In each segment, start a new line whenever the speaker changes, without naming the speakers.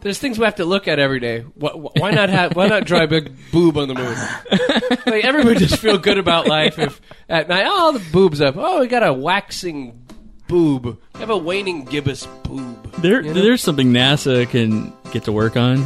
there's things we have to look at every day. Why, why not have? Why not draw a big boob on the moon? like everybody just feel good about life if at night. Oh, the boob's up. Oh, we got a waxing boob. We have a waning gibbous boob.
There,
you know?
There's something NASA can get to work on.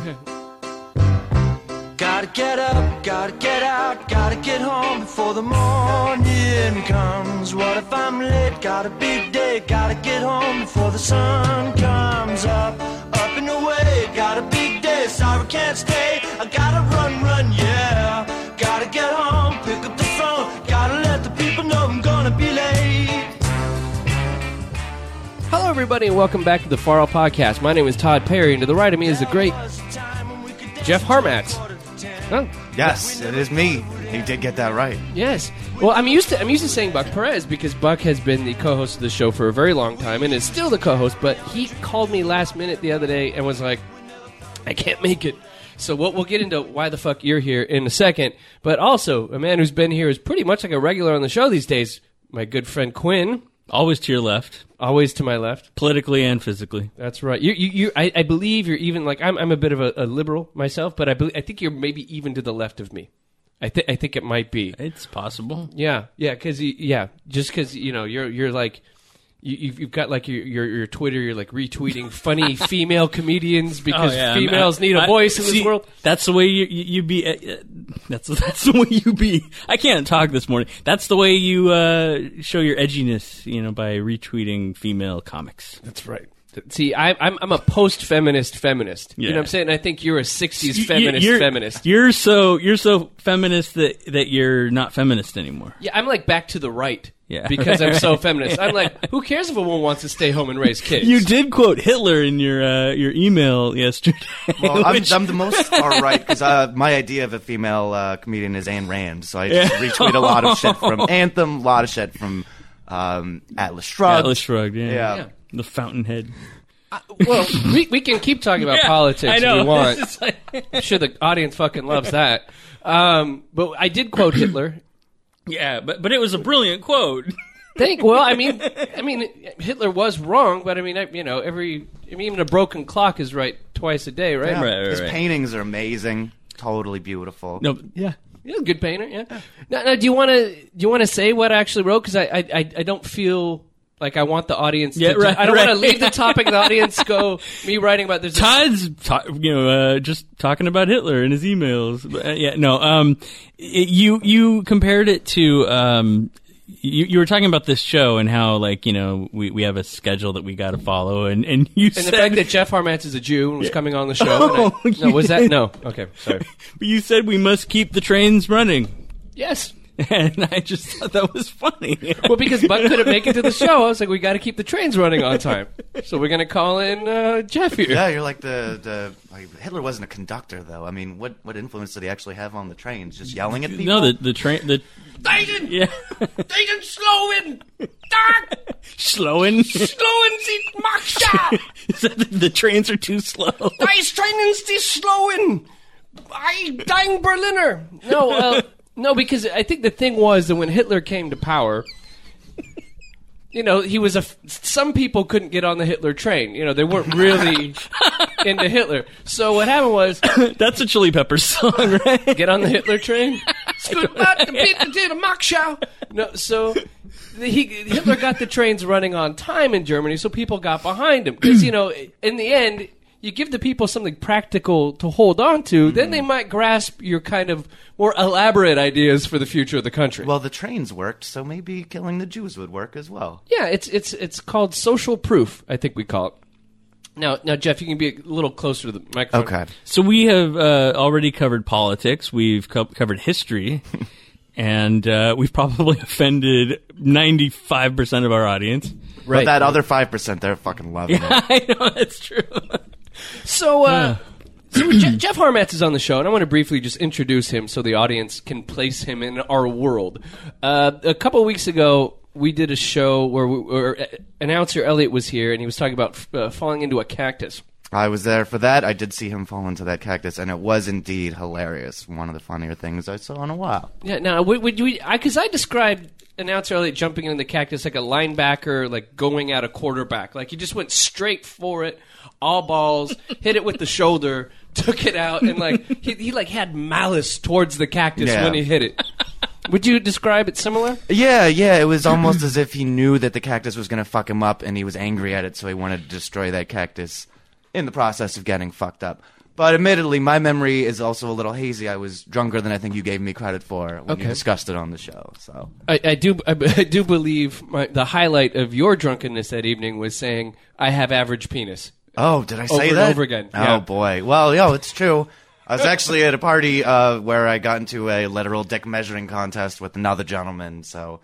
Gotta get up, gotta get out, gotta get home before the morning comes. What if I'm late? Got a big day, gotta get home before the sun comes up. Up and away, got a big day, sorry can't stay. I gotta run, run, yeah. Gotta get home, pick up the phone, gotta let the people know I'm gonna be late.
Hello, everybody, and welcome back to the Far Out Podcast. My name is Todd Perry, and to the right of me is the great Jeff Harmatz. Oh,
Yes, it is me. He did get that right.
Yes. Well, I'm used to I'm used to saying Buck Perez because Buck has been the co-host of the show for a very long time and is still the co-host. But he called me last minute the other day and was like, "I can't make it." So what we'll get into why the fuck you're here in a second. But also, a man who's been here is pretty much like a regular on the show these days. My good friend Quinn,
Always to your left,
always to my left.
politically and physically.
That's right. You, you, you I, I believe you're even like I'm. I'm a bit of a, a liberal myself, but I believe I think you're maybe even to the left of me. I think I think it might be.
It's possible.
Yeah, yeah, because yeah, just because you know you're you're like you, you've- you've got like your, your your Twitter, you're like retweeting funny female comedians because
Oh, yeah, I'm-
females
I-
need a
I-
voice in
see,
this world.
That's the way you you, you be. uh, Uh, that's that's the way you be. I can't talk this morning. That's the way you uh, show your edginess. You know, by retweeting female comics.
That's right. See, I, I'm I'm a post feminist feminist. You know
Yeah.
what I'm saying? I think you're a '60s
You- you-
feminist
you're,
feminist.
You're so you're so feminist that that you're not feminist anymore.
Yeah, I'm like back to the right.
Yeah.
because I'm so feminist. I'm like, who cares if a woman wants to stay home and raise kids?
You did quote Hitler in your uh, your email yesterday.
Well, I'm,
which-
I'm the most far right because uh, my idea of a female uh, comedian is Ayn Rand, so I just retweet a lot of shit from Anthem, a lot of shit from um, Atlas Shrugged.
Atlas Shrugged. Yeah.
Yeah.
Yeah.
The Fountainhead.
Well, we, we can keep talking about
Yeah,
politics
I know.
if we want.
It's like-
I'm sure the audience fucking loves that. Um, but I did quote Hitler
yeah, but but it was a brilliant quote.
Think well. I mean, I mean, Hitler was wrong, but I mean, I, you know, every I mean, even a broken clock is right twice a day, right?
Yeah.
Right, right,
His
right.
paintings are amazing, totally beautiful.
No. Yeah.
He's a good painter. Yeah. Now, now, do you want to do you want to say what I actually wrote? Because I, I I I don't feel like I want the audience.
Yeah,
to,
right,
I don't
right.
want to leave the topic. of The audience go me writing about this.
Todd's, ta- you know, uh, just talking about Hitler in his emails. But, uh, yeah, no. Um, it, you you compared it to um, you, you were talking about this show and how like you know we, we have a schedule that we got to follow and and you
and
said
the fact that Jeff Harmatz is a Jew and was coming on the show. and I-
Oh,
no,
you
was that
did.
no? Okay, sorry.
you said we must keep the trains running,
Yes.
and I just thought that was funny.
Well, because Buck couldn't make it to the show, I was like, we got to keep the trains running on time. So we're gonna call in uh, Jeff here.
Yeah, you're like the, the like, Hitler wasn't a conductor though. I mean, what what influence did he actually have on the trains? Just yelling at people.
no, the the train the
Station!
yeah
Station slow in! Dark!
slowing.
Slow in the Marsha!
the, the trains are too slow.
Dice train is the slow in! I dying Berliner! No, uh, no, because I think the thing was that when Hitler came to power, you know, he was a. F- some people couldn't get on the Hitler train. You know, they weren't really into Hitler. So what happened was,
That's a Chili Peppers song, right?
get on the Hitler train. Goodbye to Peter to the Machschau. No, so the, he, Hitler got the trains running on time in Germany, so people got behind him because you know, in the end, you give the people something practical to hold on to, then they might grasp your kind of more elaborate ideas for the future of the country.
Well, the trains worked, so maybe killing the Jews would work as well.
yeah, it's it's it's called social proof. I think we call it. Now, now, Jeff, you can be a little closer to the microphone.
So we have uh, already covered politics. We've co- covered history, and uh, we've probably offended ninety five percent of our audience.
But that other five percent, they're fucking loving it.
I know that's true.
So, uh, so Je- Jeff Harmatz is on the show, and I want to briefly just introduce him so the audience can place him in our world. Uh, a couple weeks ago, we did a show where, we, where uh, announcer Elliot was here, and he was talking about uh, falling into a cactus.
I was there for that. I did see him fall into that cactus, and it was indeed hilarious. One of the funnier things I saw in a while.
Yeah. Now, would, would you? Because I, described an ounce earlier jumping into the cactus like a linebacker, like going at a quarterback. Like you just went straight for it, all balls, hit it with the shoulder, took it out, and like he, he like had malice towards the cactus
Yeah.
when he hit it. Would you describe it similar?
Yeah, yeah. It was almost as if he knew that the cactus was going to fuck him up, and he was angry at it, so he wanted to destroy that cactus in the process of getting fucked up. But admittedly, my memory is also a little hazy. I was drunker than I think you gave me credit for when
Okay.
you discussed it on the show. So
I, I do. I, I do believe my, the highlight of your drunkenness that evening was saying, "I have average penis."
Oh, did I say
Over and
that
over again,
Oh
yeah.
boy. Well, yo, it's true. I was actually at a party uh, where I got into a literal dick measuring contest with another gentleman. So,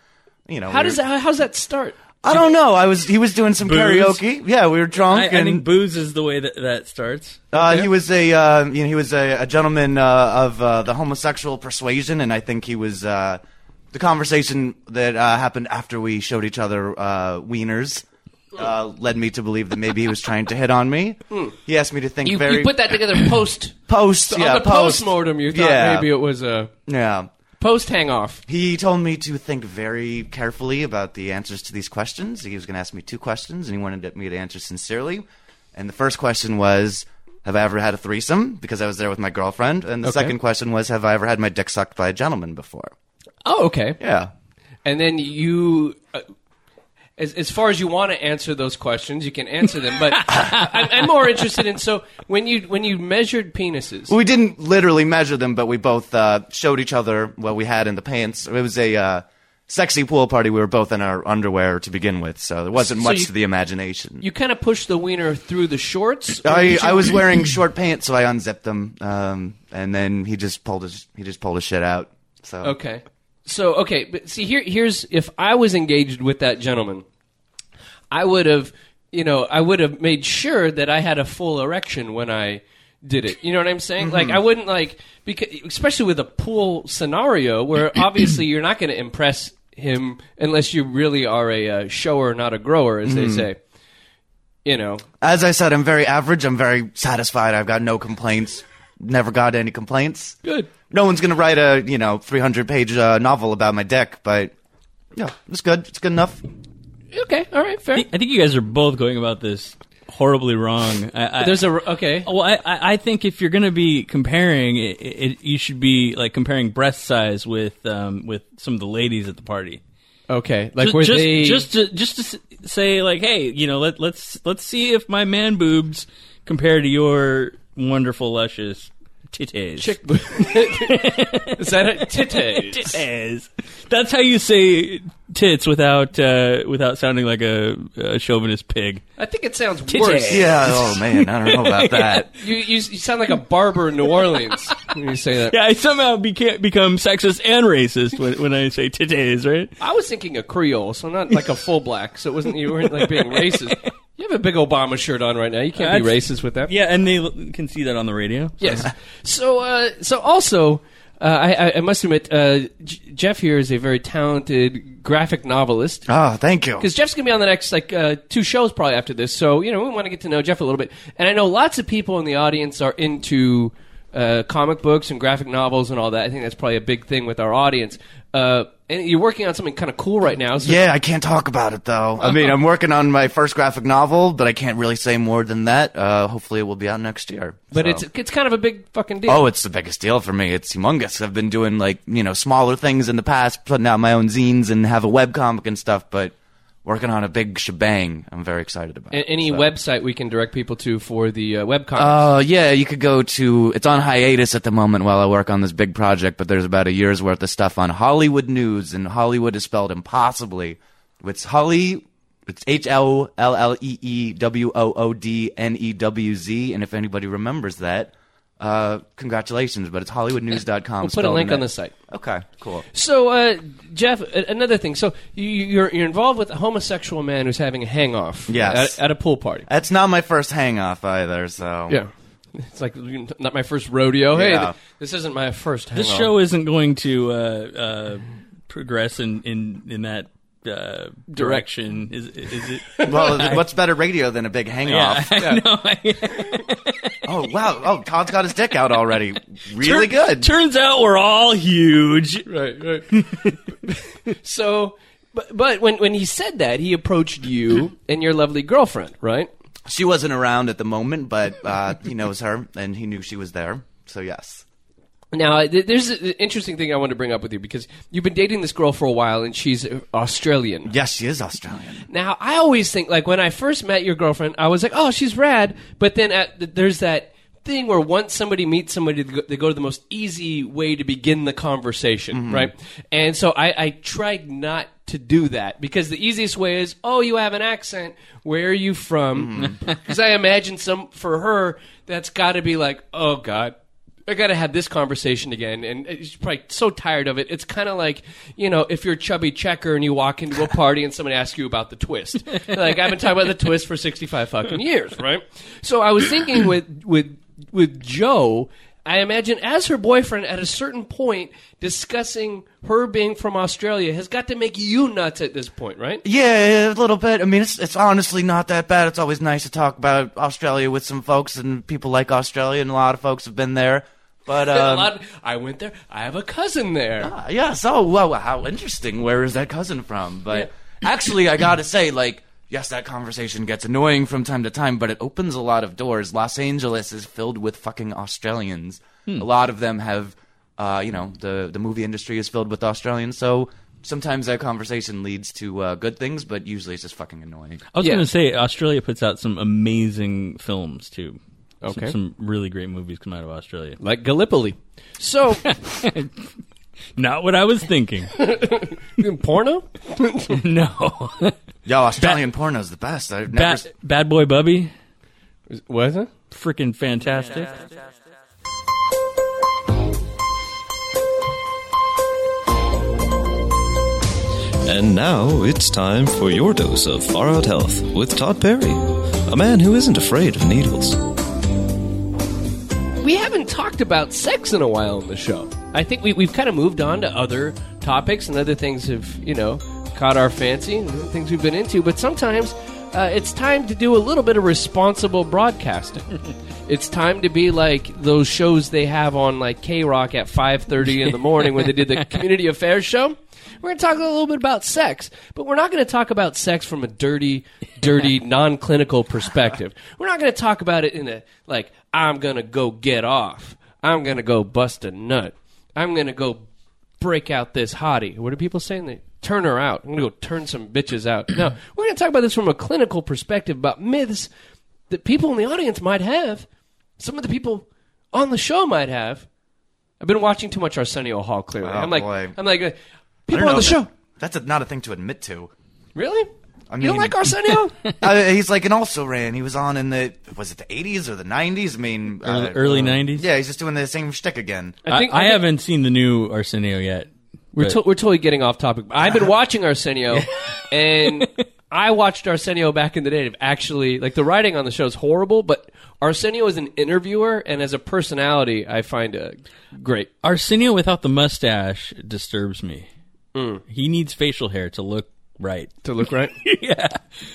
you know,
How
we
does
were-
that? How's that start?
I don't know. I was he was doing some
Booze?
karaoke. Yeah, we were
I, I
drunk, and
think booze is the way that that starts.
uh, he was a uh, you know he was a, a gentleman uh, of uh, the homosexual persuasion, and I think he was uh, the conversation that uh, happened after we showed each other uh, wieners. Uh, led me to believe that maybe he was trying to hit on me. He asked me to think
Hmm. You,
very
you put that together post
post, yeah,
on the
post
mortem. You thought
Yeah.
maybe it was a
Yeah.
post hang off.
He told me to think very carefully about the answers to these questions. He was going to ask me two questions, and he wanted me to answer sincerely. And the first question was, "Have I ever had a threesome?" Because I was there with my girlfriend. And the
Okay.
second question was, "Have I ever had my dick sucked by a gentleman before?"
Oh, okay.
Yeah.
And then you, uh, as as far as you want to answer those questions, you can answer them. But I'm, I'm more interested in so when you when you measured penises.
Well, we didn't literally measure them, but we both uh, showed each other what we had in the pants. It was a uh, sexy pool party. We were both in our underwear to begin with, so there wasn't
So
much
you-
to the imagination.
You kind of pushed the wiener through the shorts. or
I,
did you-
I was wearing short pants, so I unzipped them, um, and then he just pulled his he just pulled his shit out. So
Okay. So okay, but see here here's if I was engaged with that gentleman, I would have you know, I would have made sure that I had a full erection when I did it. You know what I'm saying?
Mm-hmm.
Like I wouldn't like because especially with a pool scenario where obviously you're not going to impress him unless you really are a uh, shower not a grower as
Mm-hmm.
they say. You know.
as I said, I'm very average. I'm very satisfied. I've got no complaints. Never got any complaints.
Good.
No one's gonna write a you know 300 page uh, novel about my dick, but yeah, it's good. It's good enough.
Okay. All right. Fair.
I think- I think you guys are both going about this horribly wrong. I, I,
There's a okay.
well, I, I I think if you're going to be comparing, it, it, you should be like comparing breast size with um, with some of the ladies at the party.
Okay. Like
just,
were
just,
they
just to just to s- say like, hey, you know, let let's let's see if my man boobs compare to your wonderful luscious titties.
chick bo- Is that it? Titties.
Titties. That's how you say tits without uh, without sounding like a, a chauvinist pig.
I think it sounds
Titty.
worse.
Yeah. Oh man, I don't know about that.
You, you you sound like a barber in New Orleans when you say that.
Yeah, I somehow beca- become sexist and racist when, when I say titties, right?
I was thinking a Creole, so not like a full black. So it wasn't you weren't like being racist. You have a big Obama shirt on right now. You can't be
That's-
racist with that.
Yeah, and they l- can see that on the radio.
Yes. So uh, so also. Uh, I, I- I must admit, uh, J- Jeff here is a very talented graphic novelist.
Oh, thank you.
because Jeff's gonna be on the next like uh, two shows probably after this. So you know we want to get to know Jeff a little bit, and I know lots of people in the audience are into uh, comic books and graphic novels and all that. I think that's probably a big thing with our audience. Uh, and you're working on something kind of cool right now. So
Yeah, I can't talk about it though.
Uh-uh.
I mean, I'm working on my first graphic novel, but I can't really say more than that. Uh, hopefully, it will be out next year.
but
So-
it's it's kind of a big fucking deal.
Oh, it's the biggest deal for me. It's humongous. I've been doing like, you know, smaller things in the past, putting out my own zines and have a webcomic and stuff, but working on a big shebang. I'm very excited about.
A- Any
so.
website we can direct people to for the uh, webcomics.
Oh, yeah, you could go to it's on hiatus at the moment while I work on this big project, but there's about a year's worth of stuff on Hollywood News and Hollywood is spelled impossibly. It's Holly it's H L L L E E W O O D N E W Z and if anybody remembers that, uh congratulations, but it's hollywoodnews.com.
we'll put a
spelled
link
in
on
that.
the site.
Okay, cool.
So, uh, Jeff, a- another thing. So, you, you're you're involved with a homosexual man who's having a hang off
Yes.
at, at a pool party.
That's not my first hang off either, so
Yeah. It's like you- not my first rodeo. Hey,
Yeah.
th- this isn't my first.
This
hang-on.
show isn't going to uh, uh, progress in, in, in that uh, direction. Is, is it?
Well, what's better radio than a big hang
yeah,
off?
I know.
Oh wow! Oh, Todd's got his dick out already. Really good.
Turns out we're all huge.
right, right. so, but, but when when he said that, he approached you and your lovely girlfriend, right?
She wasn't around at the moment, but uh, he knows her, and he knew she was there. So yes.
Now, th- there's an interesting thing I want to bring up with you because you've been dating this girl for a while, and she's uh, Australian.
Yes, she is Australian.
Now, I always think like when I first met your girlfriend, I was like, "Oh, she's rad," but then at, th- there's that thing where once somebody meets somebody, they go, they go to the most easy way to begin the conversation, right? And so I, I tried not to do that because the easiest way is, "Oh, you have an accent. Where are you from?" Because I imagine some for her that's got to be like, "Oh God." I gotta have this conversation again, and she's probably so tired of it. It's kind of like you know, if you're chubby checker and you walk into a party and someone asks you about the twist. like I've been talking about the twist for sixty five fucking years, right? So I was thinking with with with Joe, I imagine as her boyfriend at a certain point, discussing her being from Australia has got to make you nuts at this point, right?
Yeah, a little bit. I mean, it's it's honestly not that bad. It's always nice to talk about Australia with some folks, and people like Australia, and a lot of folks have been there. But
A
um,
lot- I went there. I have a cousin there.
Ah, yes. Oh, wow. How interesting. Where is that cousin from? But actually, I gotta say, like, yes, that conversation gets annoying from time to time, but it opens a lot of doors. Los Angeles is filled with fucking Australians. A lot of them have, uh, you know, the the movie industry is filled with Australians, so. Sometimes that conversation leads to uh, good things, but usually it's just fucking annoying.
I was
Yeah.
going to say Australia puts out some amazing films too. Some-
Okay.
some really great movies come out of Australia.
Like Gallipoli. So,
Not what I was thinking.
porno?
no.
Yo, Australian porno's the best. I've never.
Bad,
s-
Bad Boy Bubby,
Was it?
freaking fantastic.
And now it's time for your dose of Far Out Health with Todd Perry, a man who isn't afraid of needles.
We haven't talked about sex in a while on the show. I think we, we've kind of moved on to other topics and other things have, you know, caught our fancy and other things we've been into. But sometimes uh, it's time to do a little bit of responsible broadcasting. it's time to be like those shows they have on like K Rock at 5.30 in the morning when they did the community affairs show. We're going to talk a little bit about sex, but we're not going to talk about sex from a dirty, dirty, non clinical perspective. We're not going to talk about it in a, like, I'm going to go get off. I'm going to go bust a nut. I'm going to go break out this hottie. What are people saying? They turn her out. I'm going to go turn some bitches out. No, we're going to talk about this from a clinical perspective about myths that people in the audience might have, some of the people on the show might have. I've been watching too much Arsenio Hall. Clearly,
Oh,
I'm like,
boy.
I'm like, uh,
I don't
people on
know
the
if
show.
that- That's a, not a thing to admit to.
Really?
I
you don't
mean-
like Arsenio?
uh, he's like an also ran. He was on in the was it the eighties or the nineties? I mean, uh,
Early nineties.
yeah, he's just doing the same shtick again.
I,
think-
I
I think-
haven't seen the new Arsenio yet.
we're, to- we're totally getting off topic. I've been watching Arsenio, and I watched Arsenio back in the day. and Actually, like the writing on the show is horrible, but Arsenio is an interviewer, and as a personality, I find uh, great.
Arsenio without the mustache disturbs me. He needs facial hair to look right.
Mm. To look right? yeah.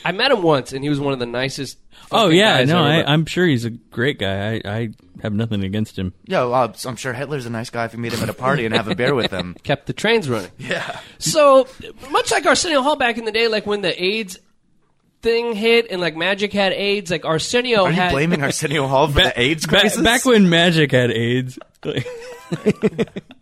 I met him once, and he was one of the nicest.
Oh
fucking
yeah,
guys
no,
ever
I,
met.
I'm sure he's a great guy. I, I have nothing against him.
Yo, uh, so I'm sure Hitler's a nice guy if you meet him at a party and have a beer with him.
kept the trains running. Yeah. So much like Arsenio Hall back in the day, like when the AIDS thing hit and like Magic had AIDS, like Arsenio
Are you
had.
blaming Arsenio Hall for the AIDS
Ba-
crisis?
back when Magic had AIDS,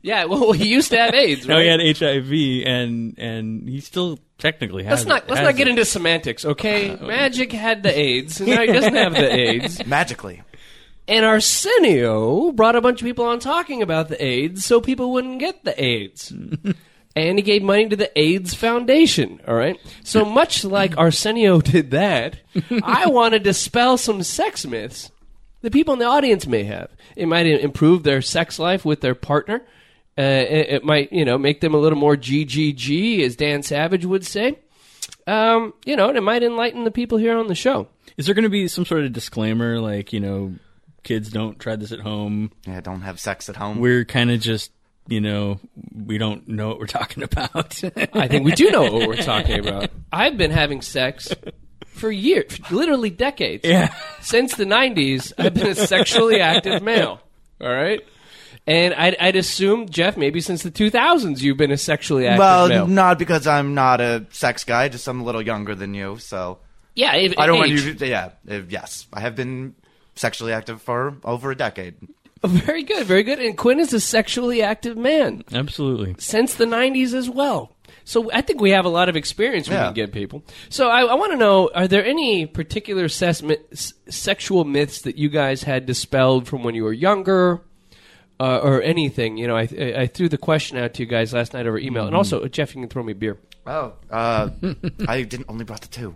yeah, well, he used to have AIDS. Right?
no, he had HIV, and and he still technically has.
Let's not
it-
let's
has
not get
it.
into semantics, okay? Magic had the AIDS, and now he doesn't have the AIDS.
magically.
And Arsenio brought a bunch of people on talking about the AIDS so people wouldn't get the AIDS. and he gave money to the AIDS Foundation, all right? So much like Arsenio did that, I want to dispel some sex myths that people in the audience may have. It might improve their sex life with their partner. Uh, it, it might, you know, make them a little more GGG, as Dan Savage would say. Um, you know, and it might enlighten the people here on the show.
Is there going to be some sort of disclaimer, like you know, kids don't try this at home?
Yeah, don't have sex at home.
We're kind of just you know, we don't know what we're talking about.
I think we do know what we're talking about. I've been having sex for years, for literally decades.
Yeah.
Since the 90s, I've been a sexually active male. All right? And I'd, I'd assume, Jeff, maybe since the 2000s, you've been a sexually active
well,
male.
not because I'm not a sex guy, just I'm a little younger than you, so
yeah, if,
I don't want
age.
you to. Yeah, uh, yes, I have been sexually active for over a decade.
Very good, very good. And Quinn is a sexually active man
Absolutely.
since the 90s as well. So I think we have a lot of experience we
Yeah.
can give people. So I, I want to know: Are there any particular assessment, s- sexual myths that you guys had dispelled from when you were younger, uh, or anything? You know, I, I I threw the question out to you guys last night over email, and also uh, Jeff, you can throw me a beer.
Oh, uh, I didn't only brought the two.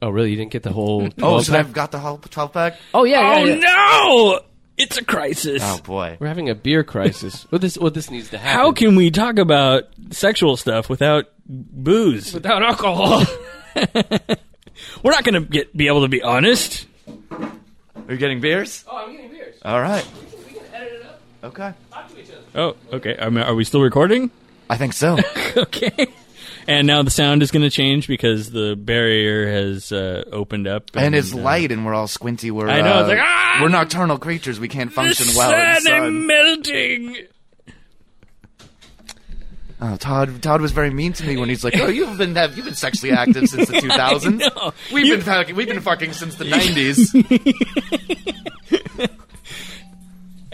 Oh, really? You didn't get the whole?
Oh,
12
should I've got the whole twelve pack?
oh yeah. yeah,
Oh
yeah.
no! It's a crisis.
Oh boy.
We're having a beer crisis. well, this well this needs to happen.
How can we talk about sexual stuff without booze?
without alcohol?
We're not going to get be able to be honest.
Are you getting beers?
oh, I'm getting beers.
All right.
We can edit it up.
Okay.
Talk to each other.
Oh, okay. I mean, are we still recording?
I think so.
okay. And now the sound is going to change because the barrier has uh, opened up.
and it's
uh,
light, and we're all squinty. We're
I know,
uh,
it's like, "Ah!"
we're nocturnal creatures. We can't
The
function well in the
sun is
sun.
melting.
Oh, Todd! Todd was very mean to me when he's like, "Oh, you've been have you've been sexually active since the 2000s.
know.
We've
You-
been fucking, we've been fucking since the 90s."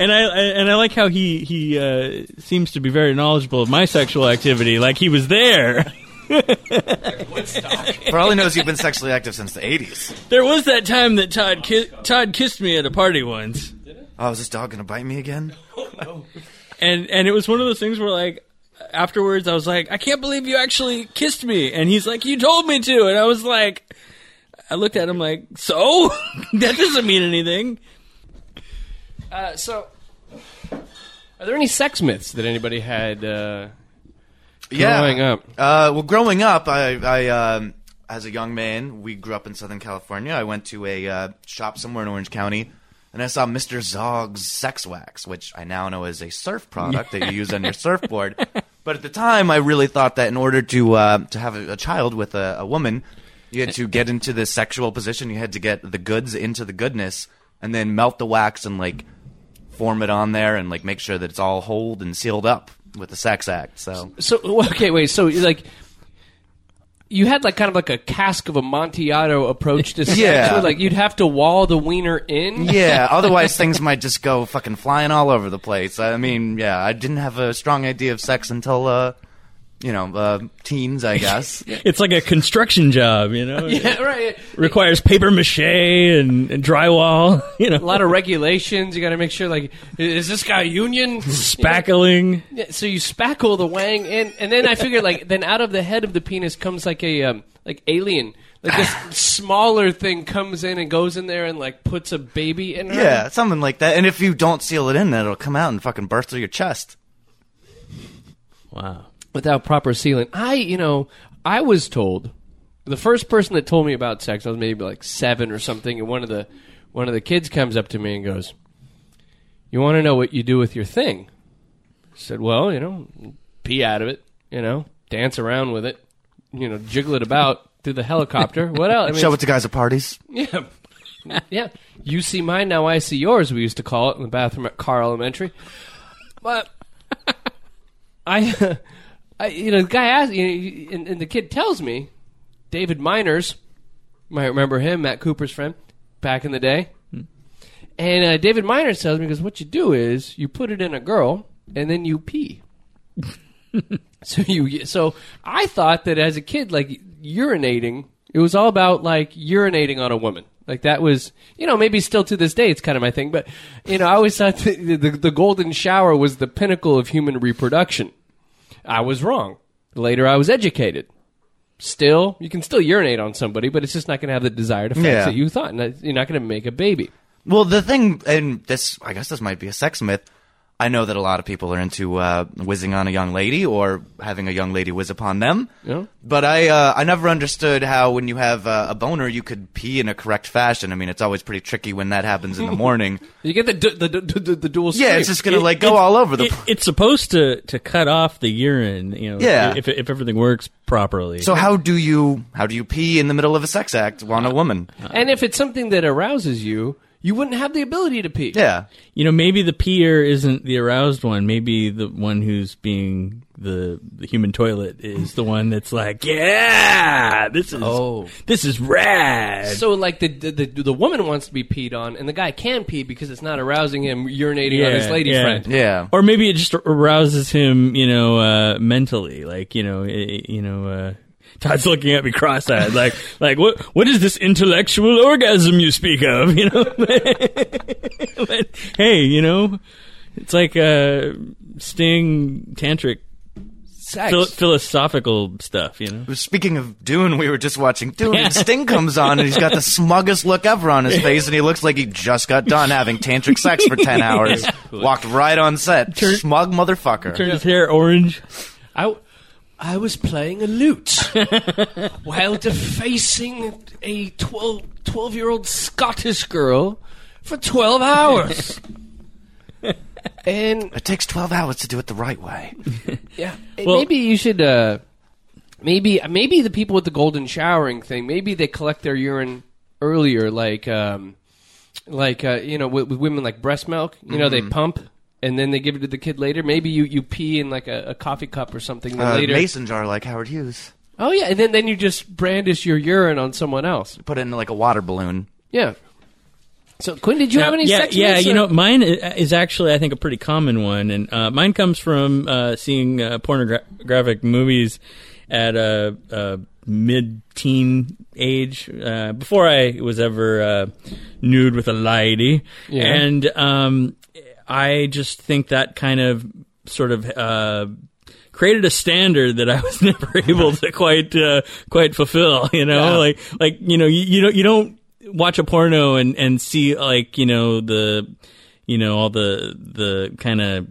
And I, I and I like how he he uh, seems to be very knowledgeable of my sexual activity. Like he was there.
For all he knows, you've been sexually active since the 80s.
There was that time that Todd ki- Todd kissed me at a party once.
Oh, is this dog gonna bite me again?
and and it was one of those things where like afterwards I was like, I can't believe you actually kissed me, and he's like, you told me to, and I was like, I looked at him like, so that doesn't mean anything.
Uh, so, are there any sex myths that anybody had uh,
Yeah.
growing up?
Uh, well, growing up, I, I um, as a young man, we grew up in Southern California. I went to a uh, shop somewhere in Orange County, and I saw Mr. Zog's Sex Wax, which I now know is a surf product that you use on your surfboard. But at the time, I really thought that in order to uh, to have a, a child with a, a woman, you had to get into the sexual position. You had to get the goods into the goodness, and then melt the wax and like form it on there, and like make sure that it's all holed and sealed up with the sex act. So
So, okay, wait. So, like, you had like kind of like a cask of Amontillado approach to sex.
Yeah.
where, like you'd have to wall the wiener in.
Yeah, otherwise things might just go fucking flying all over the place. I mean, yeah, I didn't have a strong idea of sex until, uh, you know, uh, teens, I guess.
It's like a construction job, you know.
Yeah, right.
It requires paper mache and, and drywall, you know,
A lot of regulations. You got to make sure. Like, is this guy union?
spackling.
Yeah, so you spackle the wang in, and then I figured like then out of the head of the penis comes like a um, like alien, like this smaller thing comes in and goes in there and like puts a baby in her.
Yeah, something like that. And if you don't seal it in, it'll come out and fucking burst through your chest.
Wow.
without proper sealing. I, you know, I was told the first person that told me about sex, I was maybe like seven or something, and one of the one of the kids comes up to me and goes, "You want to know what you do with your thing?" I said, "Well, you know, pee out of it, you know, dance around with it, you know, jiggle it about through the helicopter. What else? I mean,
Show it to guys at parties.
yeah. Yeah. You see mine, now I see yours, we used to call it in the bathroom at Carr Elementary. But I, I you know, the guy asked, you know, and, and the kid tells me, David Miners, might remember him, Matt Cooper's friend, back in the day. And uh, David Miners tells me, because what you do is you put it in a girl and then you pee. So you so I thought that as a kid, like urinating, it was all about like urinating on a woman. Like that was, you know, maybe still to this day, it's kind of my thing. But you know, I always thought the, the, the golden shower was the pinnacle of human reproduction. I was wrong. Later, I was educated. Still, you can still urinate on somebody, but it's just not going to have the desired effects
Yeah.
that you thought. And that- You're not going to make a baby.
Well, the thing, and this, I guess this might be a sex myth. I know that a lot of people are into uh, whizzing on a young lady or having a young lady whiz upon them.
Yeah.
But I, uh, I never understood how when you have uh, a boner, you could pee in a correct fashion. I mean, it's always pretty tricky when that happens in the morning.
You get the du- the, the, the, the dual.
yeah,
stream.
it's just gonna
It-
like go
it-
all over the.
it-
pl-
it's supposed to to cut off the urine, you know.
Yeah.
If if everything works properly.
so how do you how do you pee in the middle of a sex act on a woman?
and if it's something that arouses you, you wouldn't have the ability to pee.
Yeah.
you know, maybe the peer isn't the aroused one. Maybe the one who's being the, the human toilet is the one that's like, yeah, this is
Oh.
this is rad.
So like the, the the the woman wants to be peed on, and the guy can pee because it's not arousing him urinating on
Yeah,
his lady
yeah.
friend.
Yeah.
or maybe it just arouses him, you know, uh, mentally. Like, you know, i you know, uh, Todd's looking at me cross-eyed, like, like what? What is this intellectual orgasm you speak of? You know, But, hey, you know, it's like uh, Sting tantric
Sex.
phil- philosophical stuff. You know,
Speaking of Dune, we were just watching Dune, and Sting comes on, and he's got the smuggest look ever on his face, and he looks like he just got done having tantric sex for 10 hours. Walked right on set. Smug
turn
motherfucker.
his hair orange.
I, I was playing a lute while defacing a 12, 12 year old Scottish girl for 12 hours. and
It takes 12 hours to do it the right way.
yeah, and
Well-
maybe you should. Uh, maybe maybe the people with the golden showering thing. Maybe they collect their urine earlier, like um, like uh, you know, with, with women like breast milk. You know,
Mm-hmm.
they pump and then they give it to the kid later. Maybe you, you pee in like a, a coffee cup or something. then
Uh,
later,
mason jar like Howard Hughes.
Oh yeah, and then, then you just brandish your urine on someone else.
Put it in like a water balloon.
Yeah. So Quinn, did you have any
yeah,
sex?
yeah.
myths,
You
or-
know, mine i- is actually I think a pretty common one, and uh, mine comes from uh, seeing uh, pornographic movies at a, a mid-teen age uh, before I was ever uh, nude with a lady,
Yeah.
and um, I just think that kind of sort of. Uh, Created a standard that I was never able to quite uh, quite fulfill, you know, like like you know you, you don't you don't watch a porno and and see like you know the you know all the the kind of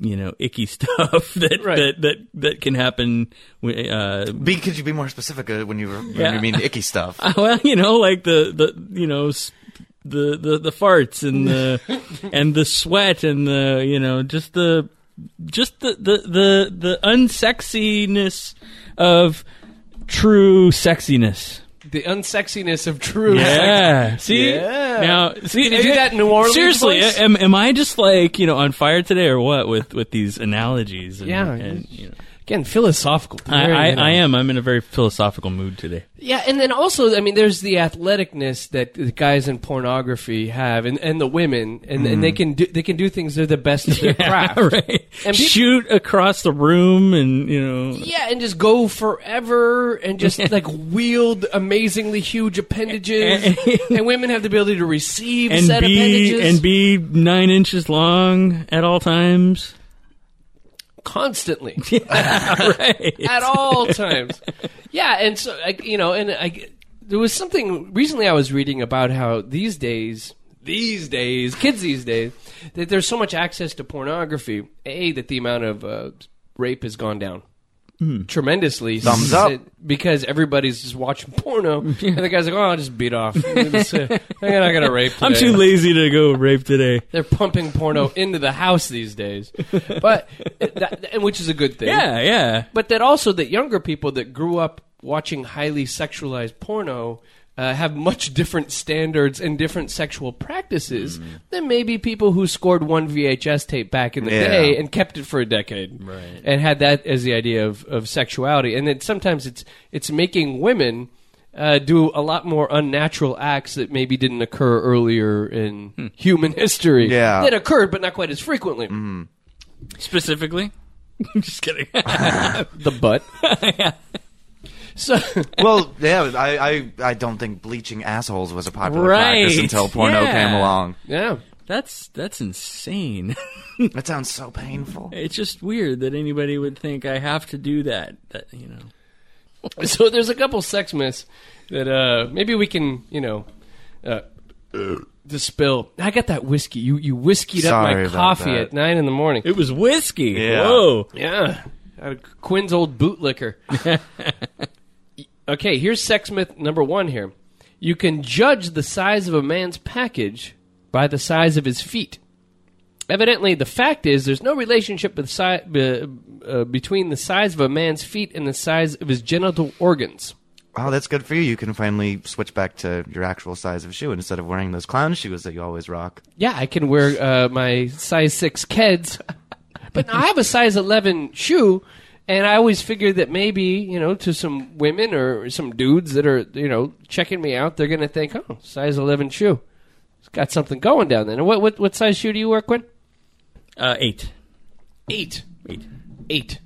you know icky stuff that
Right.
that, that that can happen wi- uh
Be, could you be more specific uh, when you, were, when
Yeah.
you mean icky stuff?
well you know like the the you know s- the the the farts and the and the sweat and the you know just the just the the the, the unsexiness of true sexiness
the unsexiness of true.
Yeah. See?
Yeah.
Now, see,
Can you do that in New Orleans
Seriously,
voice?
am, am I just like, you know, on fire today or what with, with these analogies? And,
Yeah.
and, you know.
Again, philosophical.
I,
Very,
I,
you know.
I am. I'm in a very philosophical mood today.
Yeah, and then also, I mean, there's the athleticness that the guys in pornography have, and, and the women, and, and they
Mm.
can do they can do things. They're the best at their craft.
right.
And peop-
Shoot across the room and, you know.
Yeah, and just go forever and just like wield amazingly huge appendages.
And-
and women have the ability to receive
And
said
be,
appendages.
and be nine inches long at all times.
constantly.
right.
at all times. Yeah, and so I, you know, and I there was something recently I was reading about how these days, these days, kids these days, that there's so much access to pornography. A that the amount of uh, rape has gone down.
Hmm.
Tremendously,
Thumbs up.
because everybody's just watching porno, and the guy's like, "Oh, I'll just uh, beat off. I'm not gonna rape."
I'm
today."
too lazy to go rape today.
They're pumping porno into the house these days, but uh, that, and which is a good thing
Yeah, yeah.
but that also that younger people that grew up watching highly sexualized porno uh, have much different standards and different sexual practices
Mm.
than maybe people who scored one VHS tape back in the
Yeah.
day and kept it for a decade and had that as the idea of, of sexuality. And then sometimes it's it's making women uh, do a lot more unnatural acts that maybe didn't occur earlier in human history
Hmm. Yeah. Mm.
that occurred, but not quite as frequently.
Specifically? just kidding.
The butt. So.
well, yeah, I, I, I don't think bleaching assholes was a popular practice
Right,
until porno
yeah.
came along.
Yeah.
That's that's insane.
That sounds so painful.
It's just weird that anybody would think I have to do that. That you know.
So there's a couple sex myths that uh, maybe we can, you know, uh, the spill. I got that whiskey. You you whiskeyed
Sorry
up my
about
coffee
that.
at nine in the morning.
It was whiskey.
Yeah.
Whoa.
Yeah, Out of Quinn's old bootlicker. okay, here's sex myth number one. Here, you can judge the size of a man's package by the size of his feet. Evidently, the fact is there's no relationship with si- be- uh, between the size of a man's feet and the size of his genital organs.
Oh, that's good for you. You can finally switch back to your actual size of shoe instead of wearing those clown shoes that you always rock.
Yeah, I can wear uh, my size six Keds, but I have a size eleven shoe, and I always figure that maybe you know to some women or some dudes that are you know checking me out, they're gonna think, oh, size eleven shoe, it's got something going down there. And what what what size shoe do you wear, Quinn?
Uh, eight.
Eight, eight, eight.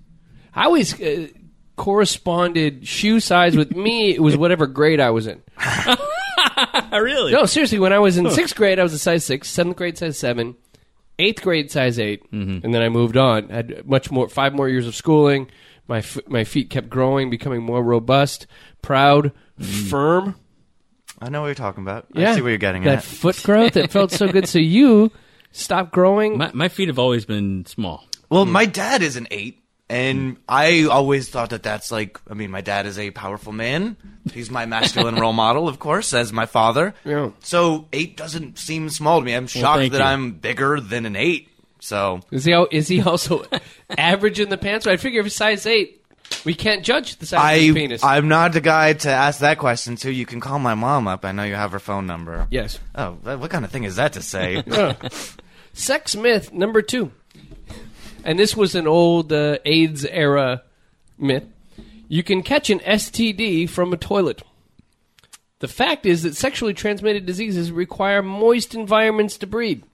I always uh, corresponded shoe size with me. It was whatever grade I was in.
Oh, really?
No, seriously, when I was in sixth grade, I was a size six. Seventh grade, size seven. Eighth grade, size 8
Mm-hmm.
and then I moved on. I had much more, five more years of schooling. My f- my feet kept growing, becoming more robust, proud, firm.
I know what you're talking about.
Yeah,
Mm-hmm. I see where you're getting
that
at.
foot growth that felt so good. So you stopped growing.
My, my feet have always been small.
Well, my dad is an eight, and I always thought that that's like. I mean, my dad is a powerful man. He's my masculine role model, of course, as my father.
Yeah.
So eight doesn't seem small to me. I'm shocked
thank
that
you.
I'm bigger than an eight. So
is he al- is he also average in the pants? I figure if it's size eight, we can't judge the size of his
I
penis.
I'm not the guy to ask that question to. You can call my mom up. I know you have her phone number.
yes.
Oh, that- what kind of thing is that to say?
Sex myth number two. And this was an old uh, AIDS era myth. You can catch an STD from a toilet. The fact is that sexually transmitted diseases require moist environments to breed.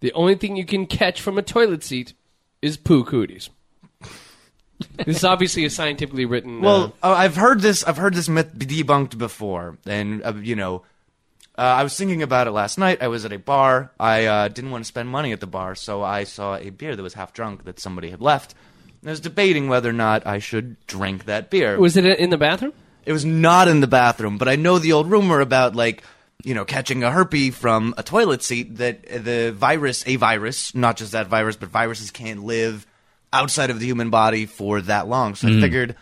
The only thing you can catch from a toilet seat is poo cooties. this is obviously a scientifically written.
Well, uh, I've heard this. I've heard this myth debunked before, and uh, you know, uh, I was thinking about it last night. I was at a bar. I uh, didn't want to spend money at the bar, so I saw a beer that was half drunk that somebody had left. And I was debating whether or not I should drink that beer.
uh, was it in the bathroom?
It was not in the bathroom, but I know the old rumor about like you know catching a herpy from a toilet seat that uh, the virus, a virus, not just that virus, but viruses can't live outside of the human body for that long. So
Hmm.
I figured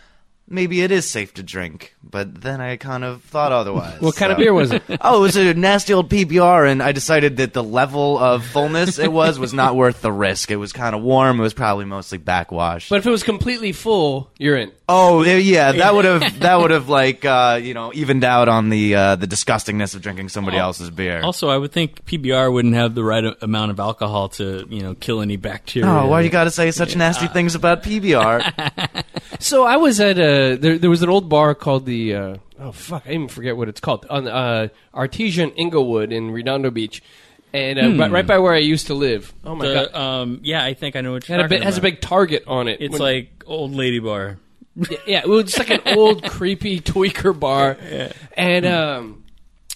maybe it is safe to drink, but then I kind of thought otherwise.
What kind of
so-
beer was it?
Oh, it was a nasty old PBR, and I decided that the level of fullness it was was not worth the risk. It was kind of warm. It was probably mostly backwash.
But if it was completely full, you're in.
Oh eh, yeah, that would have that would have like uh, you know evened out on the uh, the disgustingness of drinking
Oh.
somebody else's beer.
Also, I would think PBR wouldn't have the right a- amount of alcohol to, you know, kill any bacteria.
Oh, why you gotta say such nasty things about PBR?
So I was at a there. There was an old bar called the uh, oh fuck I even forget what it's called on uh, Artesian Inglewood in Redondo Beach, and uh, right, right by where I used to live. Oh my god,
The, um, yeah, I think I know what
it
you're
had a
talking
bit, has a
about.
big target on it.
It's
When-
like old lady bar.
yeah, it was just like an old creepy tweaker bar, and um,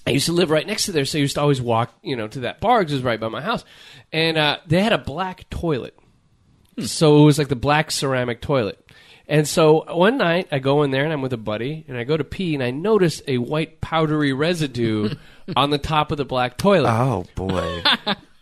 I used to live right next to there, so I used to always walk you know to that bar because it was right by my house, and uh, they had a black toilet. So it was like the black ceramic toilet. And so one night I go in there and I'm with a buddy and I go to pee and I notice a white powdery residue on the top of the black toilet,
oh boy.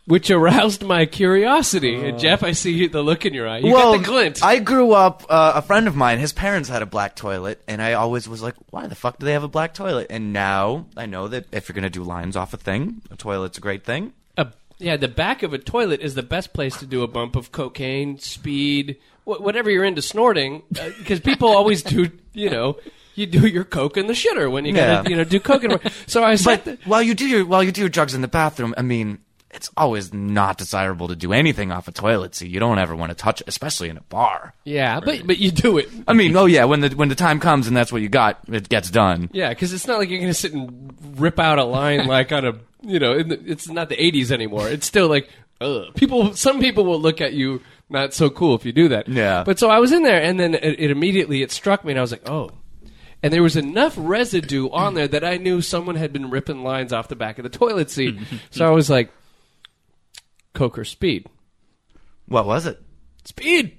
which aroused my curiosity. and Jeff, I see the look in your eye. You
well,
got the glint.
I grew up. Uh, a friend of mine, his parents had a black toilet, and I always was like, "Why the fuck do they have a black toilet?" And now I know that if you're gonna do lines off a thing, a toilet's a great thing.
a, yeah, the back of a toilet is the best place to do a bump of cocaine, speed, wh- whatever you're into snorting, because people always do, you know. You do your coke in the shitter when you gotta,
Yeah.
you know, do coke. And so I said,
But while you do your while you do your drugs in the bathroom, I mean, it's always not desirable to do anything off a toilet seat. You don't ever want to touch it, especially in a bar.
"Yeah, but but you do it.
I mean, oh yeah, when the when the time comes and that's what you got, it gets done.
Yeah, because it's not like you're going to sit and rip out a line like on a you know. In the, it's not the '80s anymore. It's still like ugh. people. Some people will look at you not so cool if you do that.
Yeah.
But so I was in there, and then it, it immediately it struck me, and I was like, oh. And there was enough residue on there that I knew someone had been ripping lines off the back of the toilet seat. so I was like, Coke or speed,
What was it?
speed,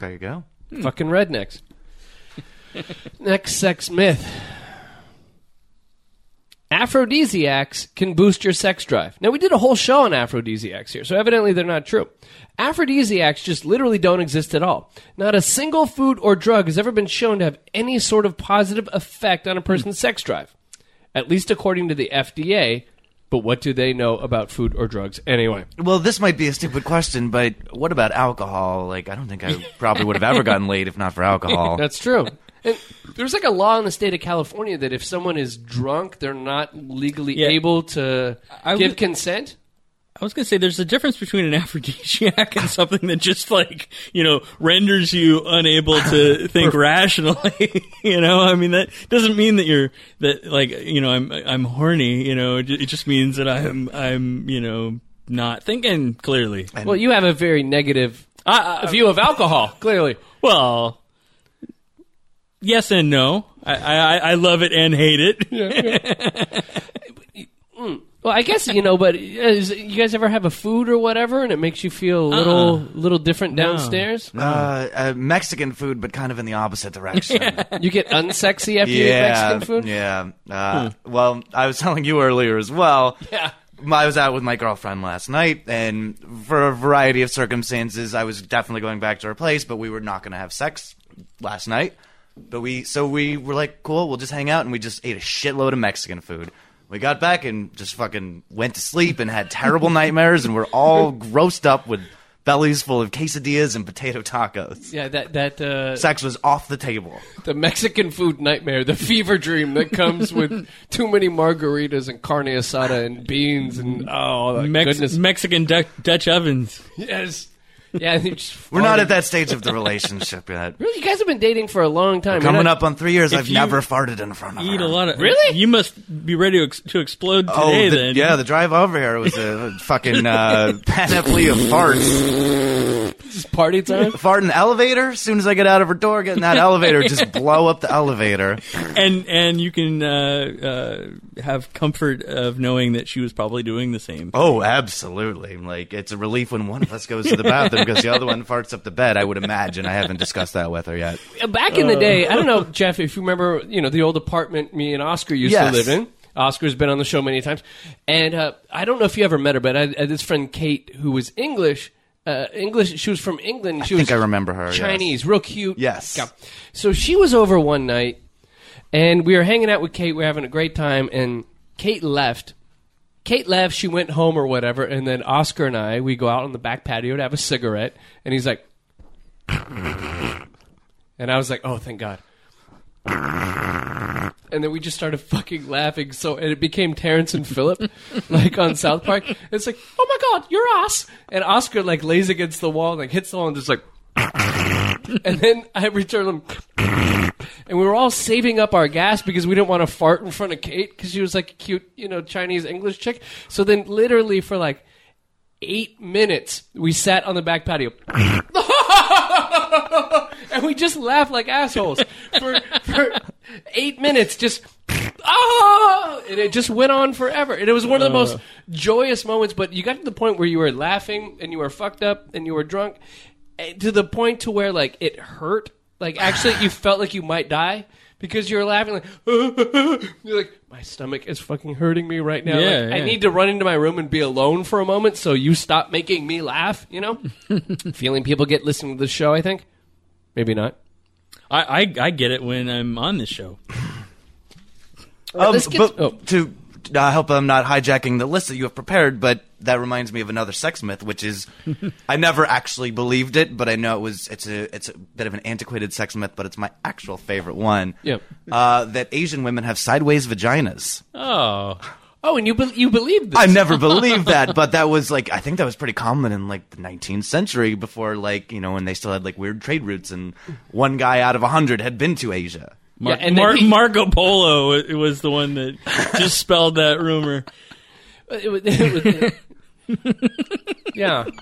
There you go.
fucking rednecks. Next sex myth. Aphrodisiacs can boost your sex drive. Now, we did a whole show on aphrodisiacs here, so evidently they're not true. Aphrodisiacs just literally don't exist at all. Not a single food or drug has ever been shown to have any sort of positive effect on a person's sex drive, at least according to the FDA. But what do they know about food or drugs anyway?
Well, this might be a stupid question, but what about alcohol? Like, I don't think I probably would have ever gotten laid if not for alcohol.
That's true. And there's like a law in the state of California that if someone is drunk, they're not legally
Yeah.
able to
I
give
would-
consent.
I was gonna say there's a difference between an aphrodisiac and something that just like you know renders you unable to think rationally. you know, I mean that doesn't mean that you're that like you know I'm I'm horny. You know, it ju- it just means that I'm I'm you know not thinking clearly.
Well, you have a very negative
I, I,
view of alcohol, clearly.
well, yes and no. I I, I love it and hate it.
Well, I guess you know, but uh, is, you guys ever have a food or whatever, and it makes you feel a little little different downstairs?
Uh, uh, Mexican food, but kind of in the opposite direction.
You get unsexy after you eat
yeah,
Mexican food.
yeah. Uh, Well, I was telling you earlier as well.
Yeah.
I was out with my girlfriend last night, and for a variety of circumstances, I was definitely going back to her place, but we were not going to have sex last night. But we, so we were like, cool, we'll just hang out, and we just ate a shitload of Mexican food. We got back and just fucking went to sleep and had terrible nightmares, and we're all grossed up with bellies full of quesadillas and potato tacos.
Yeah, that that uh,
Sex was off the table.
the Mexican food nightmare, the fever dream that comes with too many margaritas and carne asada and beans and oh my
Mex-
goodness,
Mexican du- Dutch ovens.
yes, yeah. they just
We're not
farted.
at that stage of the relationship yet.
Really, you guys have been dating for a long time. You're
Coming
not-
up on three years, I've
you
never farted in front of her.
Eat a lot of
Really?
You must be ready to, ex- to explode today.
Oh, the-
then
yeah, the drive over here was a fucking uh, panoply of farts.
It's party time.
Fart in the elevator. As soon as I get out of her door, get in that elevator, just blow up the elevator.
and and you can uh, uh, have comfort of knowing that she was probably doing the same.
Oh, absolutely. Like it's a relief when one of us goes to the bathroom because the other one farts up the bed. I would imagine. I haven't discussed that with her yet.
back
Uh.
in the day, I don't know, Jeff, if you remember, you know, the old apartment me and Oscar used
Yes.
to live in. Oscar's been on the show many times, and uh, I don't know if you ever met her, but I, I had this friend Kate who was English. Uh, English. She was from England. She
think
was
I remember her, yes.
Chinese, real cute.
Yes.
Yeah. So she was over one night, and we were hanging out with Kate. We were having a great time, and Kate left. Kate left, she went home or whatever, and then Oscar and I, we go out on the back patio to have a cigarette, and he's like, and I was like, oh, thank God. And then we just started fucking laughing, so and it became Terrence and Phillip, like on South Park. It's like, oh my God, your ass! And Oscar like lays against the wall, like hits the wall, and just like, and then I return him, and we were all saving up our gas because we didn't want to fart in front of Kate because she was like a cute, you know, Chinese English chick. So then, literally for like eight minutes, we sat on the back patio. and we just laughed like assholes for, for eight minutes, just. Oh, and it just went on forever. And it was one of the
Uh.
most joyous moments. But you got to the point where you were laughing and you were fucked up and you were drunk eh, to the point to where like it hurt. Like actually, you felt like you might die because you were laughing. Like you're like, my stomach is fucking hurting me right now.
Yeah,
Like, I
yeah.
need to run into my room and be alone for a moment. So you stop making me laugh. You know, feeling people get listening to the show. I think maybe not.
I, I I get it when I'm on this show.
Um,
this gets-
but
oh.
to I hope I'm not hijacking the list that you have prepared, but that reminds me of another sex myth, which is I never actually believed it, but I know it was it's a it's a bit of an antiquated sex myth, but it's my actual favorite one.
Yeah.
uh, that Asian women have sideways vaginas.
Oh,
Oh, and you be- you believe this?
I never believed that, but that was like I think that was pretty common in like the 19th century before like you know when they still had like weird trade routes and one guy out of a hundred had been to Asia.
Mar-
Yeah, and
Mar-
then he-
Marco Polo wa- was the one that just spelled that rumor.
It was- it was- yeah. I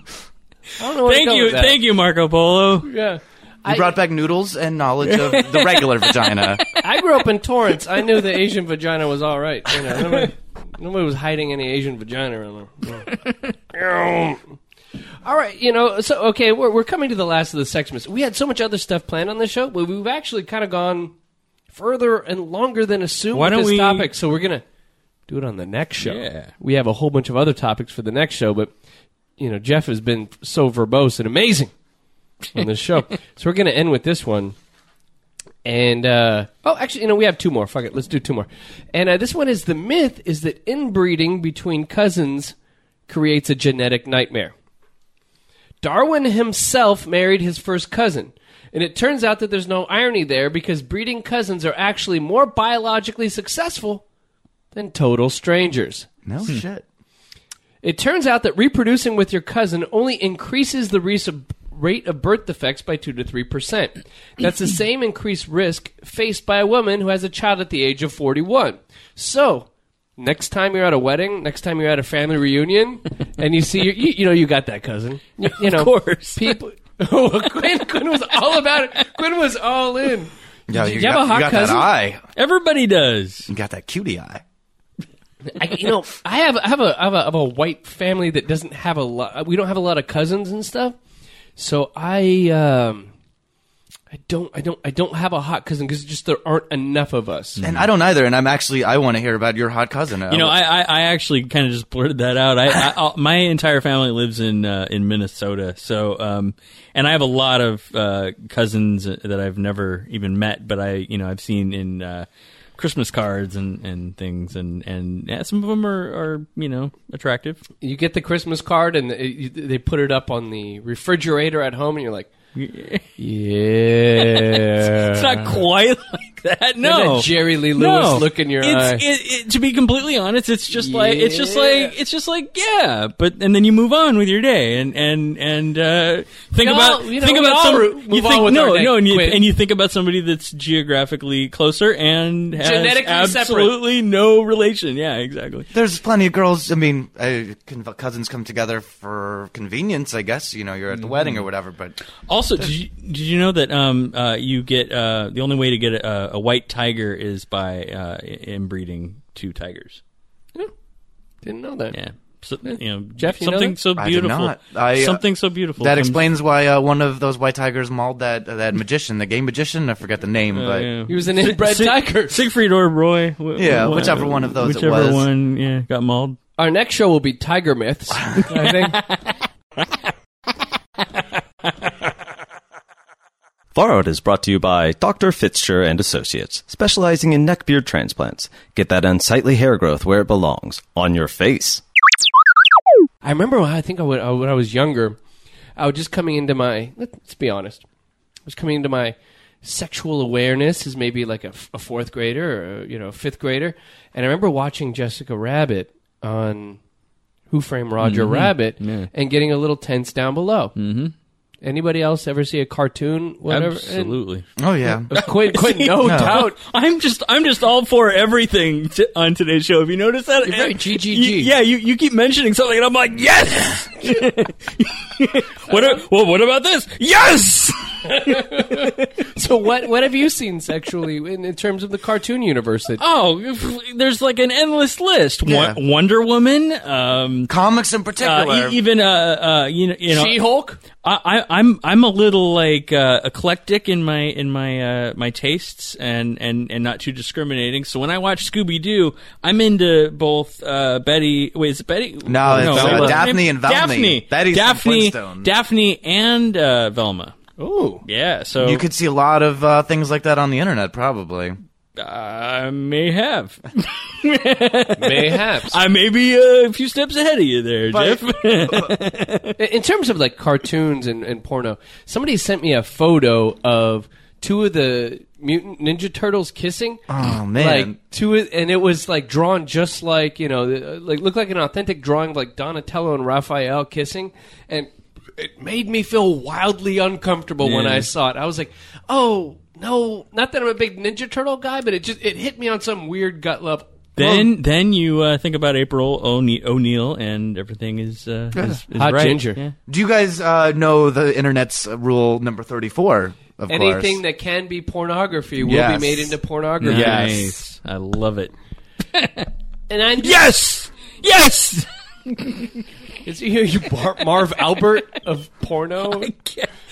don't know. Where
Thank you, thank you, Marco Polo.
Yeah.
He
I-
brought back noodles and knowledge of the regular vagina.
I grew up in Torrance. I knew the Asian vagina was all right. You know, nobody, nobody was hiding any Asian vagina around there. all right, you know. So okay, we're we're coming to the last of the sex myths. We had so much other stuff planned on this show, but we've actually kind of gone further and longer than assumed
Why
with
don't
this
we-
topic. So we're gonna Do it on the next show.
Yeah.
We have a whole bunch of other topics for the next show, but you know, Jeff has been so verbose and amazing on this show. so we're going to end with this one. And uh, oh, actually, you know, we have two more. Fuck it, let's do two more. And uh, this one is the myth is that inbreeding between cousins creates a genetic nightmare. Darwin himself married his first cousin. And it turns out that there's no irony there because breeding cousins are actually more biologically successful than total strangers.
No shit.
It turns out that reproducing with your cousin only increases the res- rate of birth defects by 2 to 3%. That's the same increased risk faced by a woman who has a child at the age of 41. So, next time you're at a wedding, next time you're at a family reunion, and you see, your, you, you know, you got that cousin. You, you know,
Of course.
People. Quinn, Quinn was all about it. Quinn was all in.
Yeah,
you have a hot cousin?
eye.
Everybody does.
You got that cutie eye.
I, you know, I have I have a I have a, I have a white family that doesn't have a lot. We don't have a lot of cousins and stuff. So I um, I don't I don't I don't have a hot cousin because just there aren't enough of us.
Mm.
And I don't either. And I'm actually, I want to hear about your hot cousin. Um,
You know, I, I, I actually kind of just blurted that out. I, I, I my entire family lives in uh, in Minnesota, so um, and I have a lot of uh, cousins that I've never even met, but I you know I've seen in uh, Christmas cards and, and things, and and yeah, some of them are, are you know attractive.
You get the Christmas card and it, they put it up on the refrigerator at home, and you're like, yeah,
It's not quite like that. No,
that Jerry Lee Lewis
no.
look in your
it's,
eye.
It, it, to be completely honest, it's just like it's just
Yeah.
like it's just like yeah. But and then you move on with your day and and and uh, think
No,
about
you know,
think
we
about
all
some,
ru-
you
move
think
on with
no
our day,
no and you,
Quinn.
and you think about somebody that's geographically closer and has
Genetically separate.
absolutely no relation. Yeah, exactly.
There's plenty of girls. I mean, uh, con- cousins come together for convenience, I guess. You know, you're at the wedding
Mm-hmm.
or whatever. But
Also, did you, did you know that um, uh, you get uh, the only way to get a, a white tiger is by uh, inbreeding two tigers?
Didn't know that.
Yeah. So, you know,
Jeff, you know
something
that?
so
I did
beautiful.
not. I, uh,
something so beautiful.
that
comes-
explains why uh, one of those white tigers mauled that uh, that magician, the gay magician. I forget the name,
Oh,
but
yeah.
He was an inbred
Sig-
tiger.
Siegfried or Roy. wh-
Yeah,
wh-
whichever one of those it
Whichever
was.
one, yeah, got mauled.
Our next show will be Tiger Myths. I think.
Far Out is brought to you by Dr. Fitzscher and Associates, specializing in neck beard transplants. Get that unsightly hair growth where it belongs, on your face.
I remember when I think I would, uh, when I was younger, I was just coming into my. Let's be honest, I was coming into my sexual awareness as maybe like a, f- a fourth grader or uh, you know a fifth grader, and I remember watching Jessica Rabbit on Who Framed Roger Rabbit and getting a little tense down below. Mm-hmm. Anybody else ever see a cartoon? Whatever.
Absolutely.
oh yeah,
Uh,
And, quit, quit, no, doubt.
I'm just, I'm just all for everything t- on today's show. Have you noticed that?
You're very
Uh,
GGG.
you- yeah, you, you keep mentioning something, and I'm like, yes. what? a- well, what about this? Yes.
So what? What have you seen sexually in, in terms of the cartoon universe? That
Oh, there's like an endless list.
Yeah.
Won- Wonder Woman. Um,
comics in particular.
uh, e- even uh, uh, you know, you know,
She Hulk.
I, I, I'm I'm a little like uh, eclectic in my in my uh, my tastes and, and, and not too discriminating. So when I watch Scooby Doo, I'm into both uh, Betty. Wait, is it Betty?
No, it's, uh,
Velma's
Daphne
name?
and Velma.
Daphne,
Betty's from
Daphne,
Flintstones.
Daphne and uh, Velma.
Ooh,
Yeah, so
you could see a lot of uh, things like that on the internet, probably.
I may have,
mayhaps.
I may be uh, a few steps ahead of you there, Jeff.
In terms of like cartoons and, and porno, somebody sent me a photo of two of the mutant ninja turtles kissing.
Oh man,
Like two, of- and it was like drawn just like you know, the- like looked like an authentic drawing of like Donatello and Raphael kissing, and it made me feel wildly uncomfortable when
Yeah.
I saw it. I was like, oh no, not that I'm a big Ninja Turtle guy, but it just it hit me on some weird gut level.
Then, then you uh, think about April O'Ne- O'Neil, and everything is, uh, is, is
Hot
right.
ginger.
Yeah.
do you guys uh, know the internet's rule number thirty-four? Of
Anything
course.
that can be pornography will
Yes.
be made into pornography.
Nice.
Yes.
I love it.
And I'm just
Yes! Yes!
Is he you Bar- Marv Albert of porno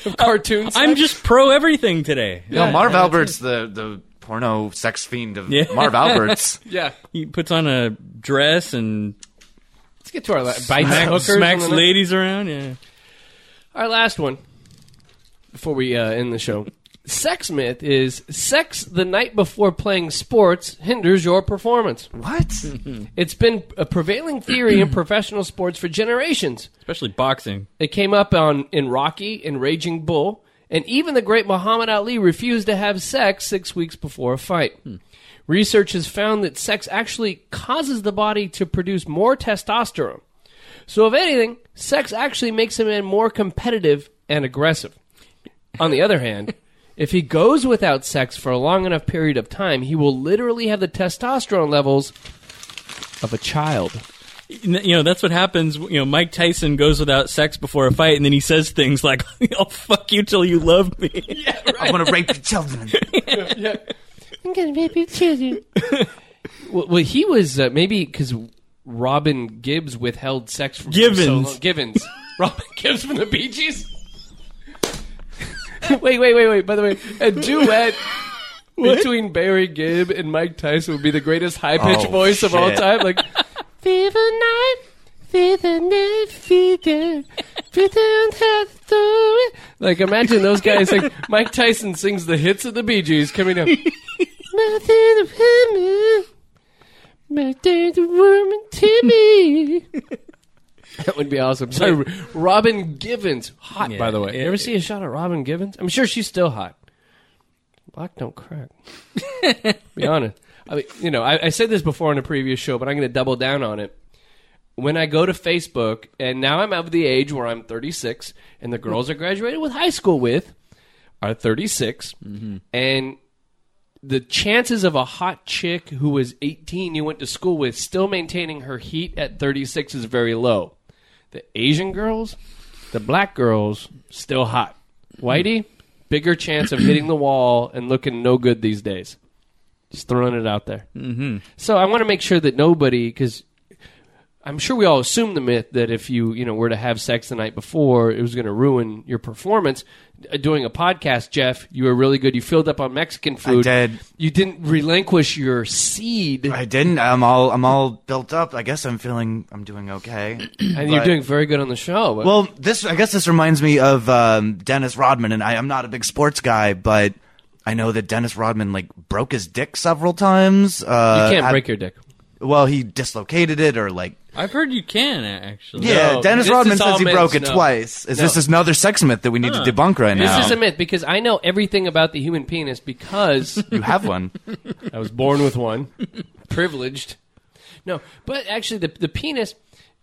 of cartoons?
I'm just pro everything today.
no, Marv Albert's the the porno sex fiend of
Yeah.
Marv Alberts.
Yeah.
He puts on a dress and
Let's get to our la- bites
smack-
hookers on
smacks
the next-
ladies around. Yeah.
Our last one before we uh, end the show. Sex myth is sex the night before playing sports hinders your performance.
what?
It's been a prevailing theory in professional sports for generations.
Especially boxing.
It came up on in Rocky and Raging Bull, and even the great Muhammad Ali refused to have sex six weeks before a fight. Research has found that sex actually causes the body to produce more testosterone. So, if anything, sex actually makes a man more competitive and aggressive. On the other hand, if he goes without sex for a long enough period of time, he will literally have the testosterone levels of a child.
N- You know, that's what happens. You know, Mike Tyson goes without sex before a fight and then he says things like, I'll fuck you till you love me.
I'm gonna rape your children.
I'm gonna rape your children. well, well, he was uh, maybe because Robin Gibbs withheld sex from
Givens.
So long. Givens. Robin Gibbs from the Bee Gees. wait, wait, wait, wait. By the way, a duet. Between Barry Gibb and Mike Tyson would be the greatest high pitched
Oh,
voice of all
shit.
time. Like, fever night, fever night, fever, pretend have to. Like, imagine those guys. Like, Mike Tyson sings the hits of the Bee Gees coming up. Mother of women, mother the woman to me. That would be awesome. Sorry, Robin Givens, hot by the way.
yeah,
you ever see a shot of Robin Givens? I'm sure she's still hot. Black don't crack. be honest. I mean, you know, I, I said this before on a previous show, but I'm going to double down on it. When I go to Facebook, and now I'm of the age where I'm 36, and the girls I graduated with high school with are 36,
Mm-hmm.
and the chances of a hot chick who was 18 you went to school with still maintaining her heat at 36 is very low. The Asian girls, the black girls, still hot. Whitey, bigger chance of hitting the wall and looking no good these days. Just throwing it out there. Mm-hmm. So I want to make sure that nobody, because I'm sure we all assume the myth that if you you know were to have sex the night before, it was going to ruin your performance. Uh, Doing a podcast, Jeff, you were really good. You filled up on Mexican food.
did.
You didn't relinquish your seed,
I didn't. I'm all. I'm all built up. I guess I'm feeling. I'm doing okay.
and you're
but-
doing very good on the show.
Well, this I guess this reminds me of um, Dennis Rodman, and I, I'm not a big sports guy, but I know that Dennis Rodman like broke his dick several times. Uh,
you can't
at-
break your dick.
Well, he dislocated it, or like
I've heard you can, actually.
yeah. Dennis
this
Rodman
is all
says he
myths,
broke it
no.
twice. Is this
No.
is another sex myth that we need to debunk right now?
This is a myth because I know everything about the human penis because
you have one.
I was born with one. Privileged. No, but actually, the the penis,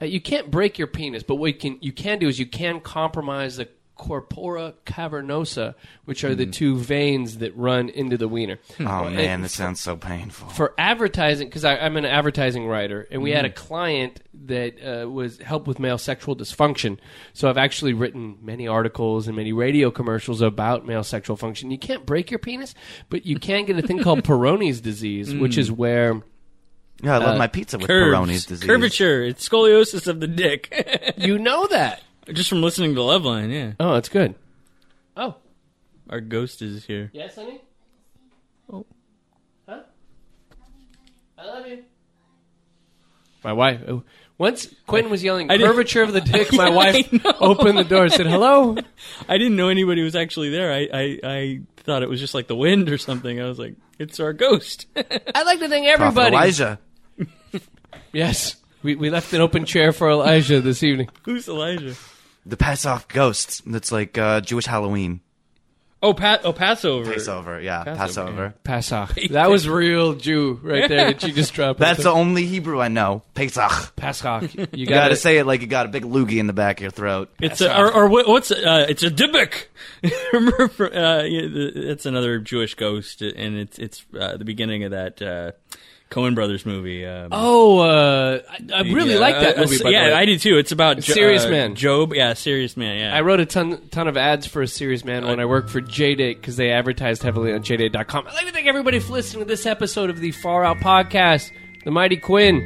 uh, you can't break your penis. But what you can you can do is you can compromise the corpora cavernosa, which are the two veins that run into the wiener.
Oh
And
man, this sounds so painful.
for advertising because I'm an advertising writer, and we had a client that uh, was helped with male sexual dysfunction. So I've actually written many articles and many radio commercials about male sexual function. You can't break your penis, but you can get a thing called Peyronie's disease, which is where
Yeah, I love my pizza with
Curves.
Peyronie's disease.
Curvature. It's scoliosis of the dick.
you know that.
Just from listening to Loveline, yeah.
Oh, that's good. Oh,
Our ghost is here.
yes, honey. Oh, huh? I love you. My wife. oh, Once Quentin was yelling
didn't-
curvature of the dick, my
Yeah,
wife
I know.
opened the door and said, "Hello."
I didn't know anybody was actually there. I, I, I thought it was just like the wind or something. I was like, it's our ghost.
I'd like to thank
Prophet
everybody.
Elijah.
Yes. We, we left an open chair for Elijah this evening.
Who's Elijah?
The Passover ghosts. That's like uh, Jewish Halloween.
Oh, pa- oh Passover.
Passover, yeah, Passover.
Passover,
Pesach. That was real Jew right there that you just dropped.
That's the only Hebrew I know. Pesach.
Pesach. You gotta,
You gotta say it like you got a big loogie in the back of your throat.
It's a, or, or what- what's uh, it's a dibbick. Remember, from, uh, yeah, the- it's another Jewish ghost, and it's it's uh, the beginning of that uh, Cohen Brothers movie. Um,
Oh, uh, I, I really
yeah,
like that
uh,
movie.
uh,
by the
yeah,
way.
I do too. It's about Jo-
Serious
uh,
Man.
Job. Yeah, serious man. Yeah,
I wrote a ton ton of ads for a series, man, when I worked for JDate because they advertised heavily on JDate.com. I'd like to thank everybody for listening to this episode of the Far Out Podcast. The Mighty Quinn,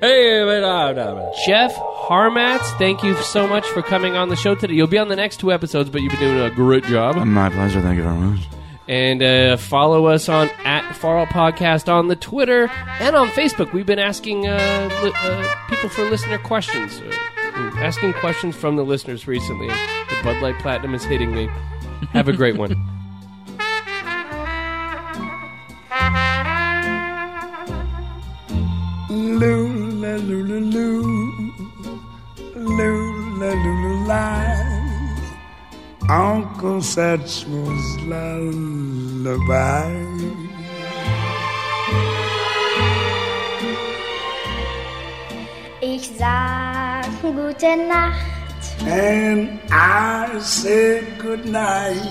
hey, but, uh, no, no.
Jeff Harmatz, thank you so much for coming on the show today. You'll be on the next two episodes, but you've been doing a great job.
My pleasure. Thank you very much.
and uh, follow us on at at Far Out Podcast on the Twitter and on Facebook. We've been asking uh, li- uh, people for listener questions, uh, asking questions from the listeners recently. The Bud Light Platinum is hitting me. Have a great one.
Loo la loo la loo, loo la loo la la. Uncle Satchmo's lullaby.
Ich sag gute Nacht,
And I said goodnight.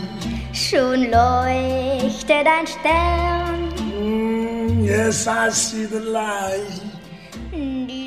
schon leuchtet ein Stern.
Mm, yes, I see the light.
Die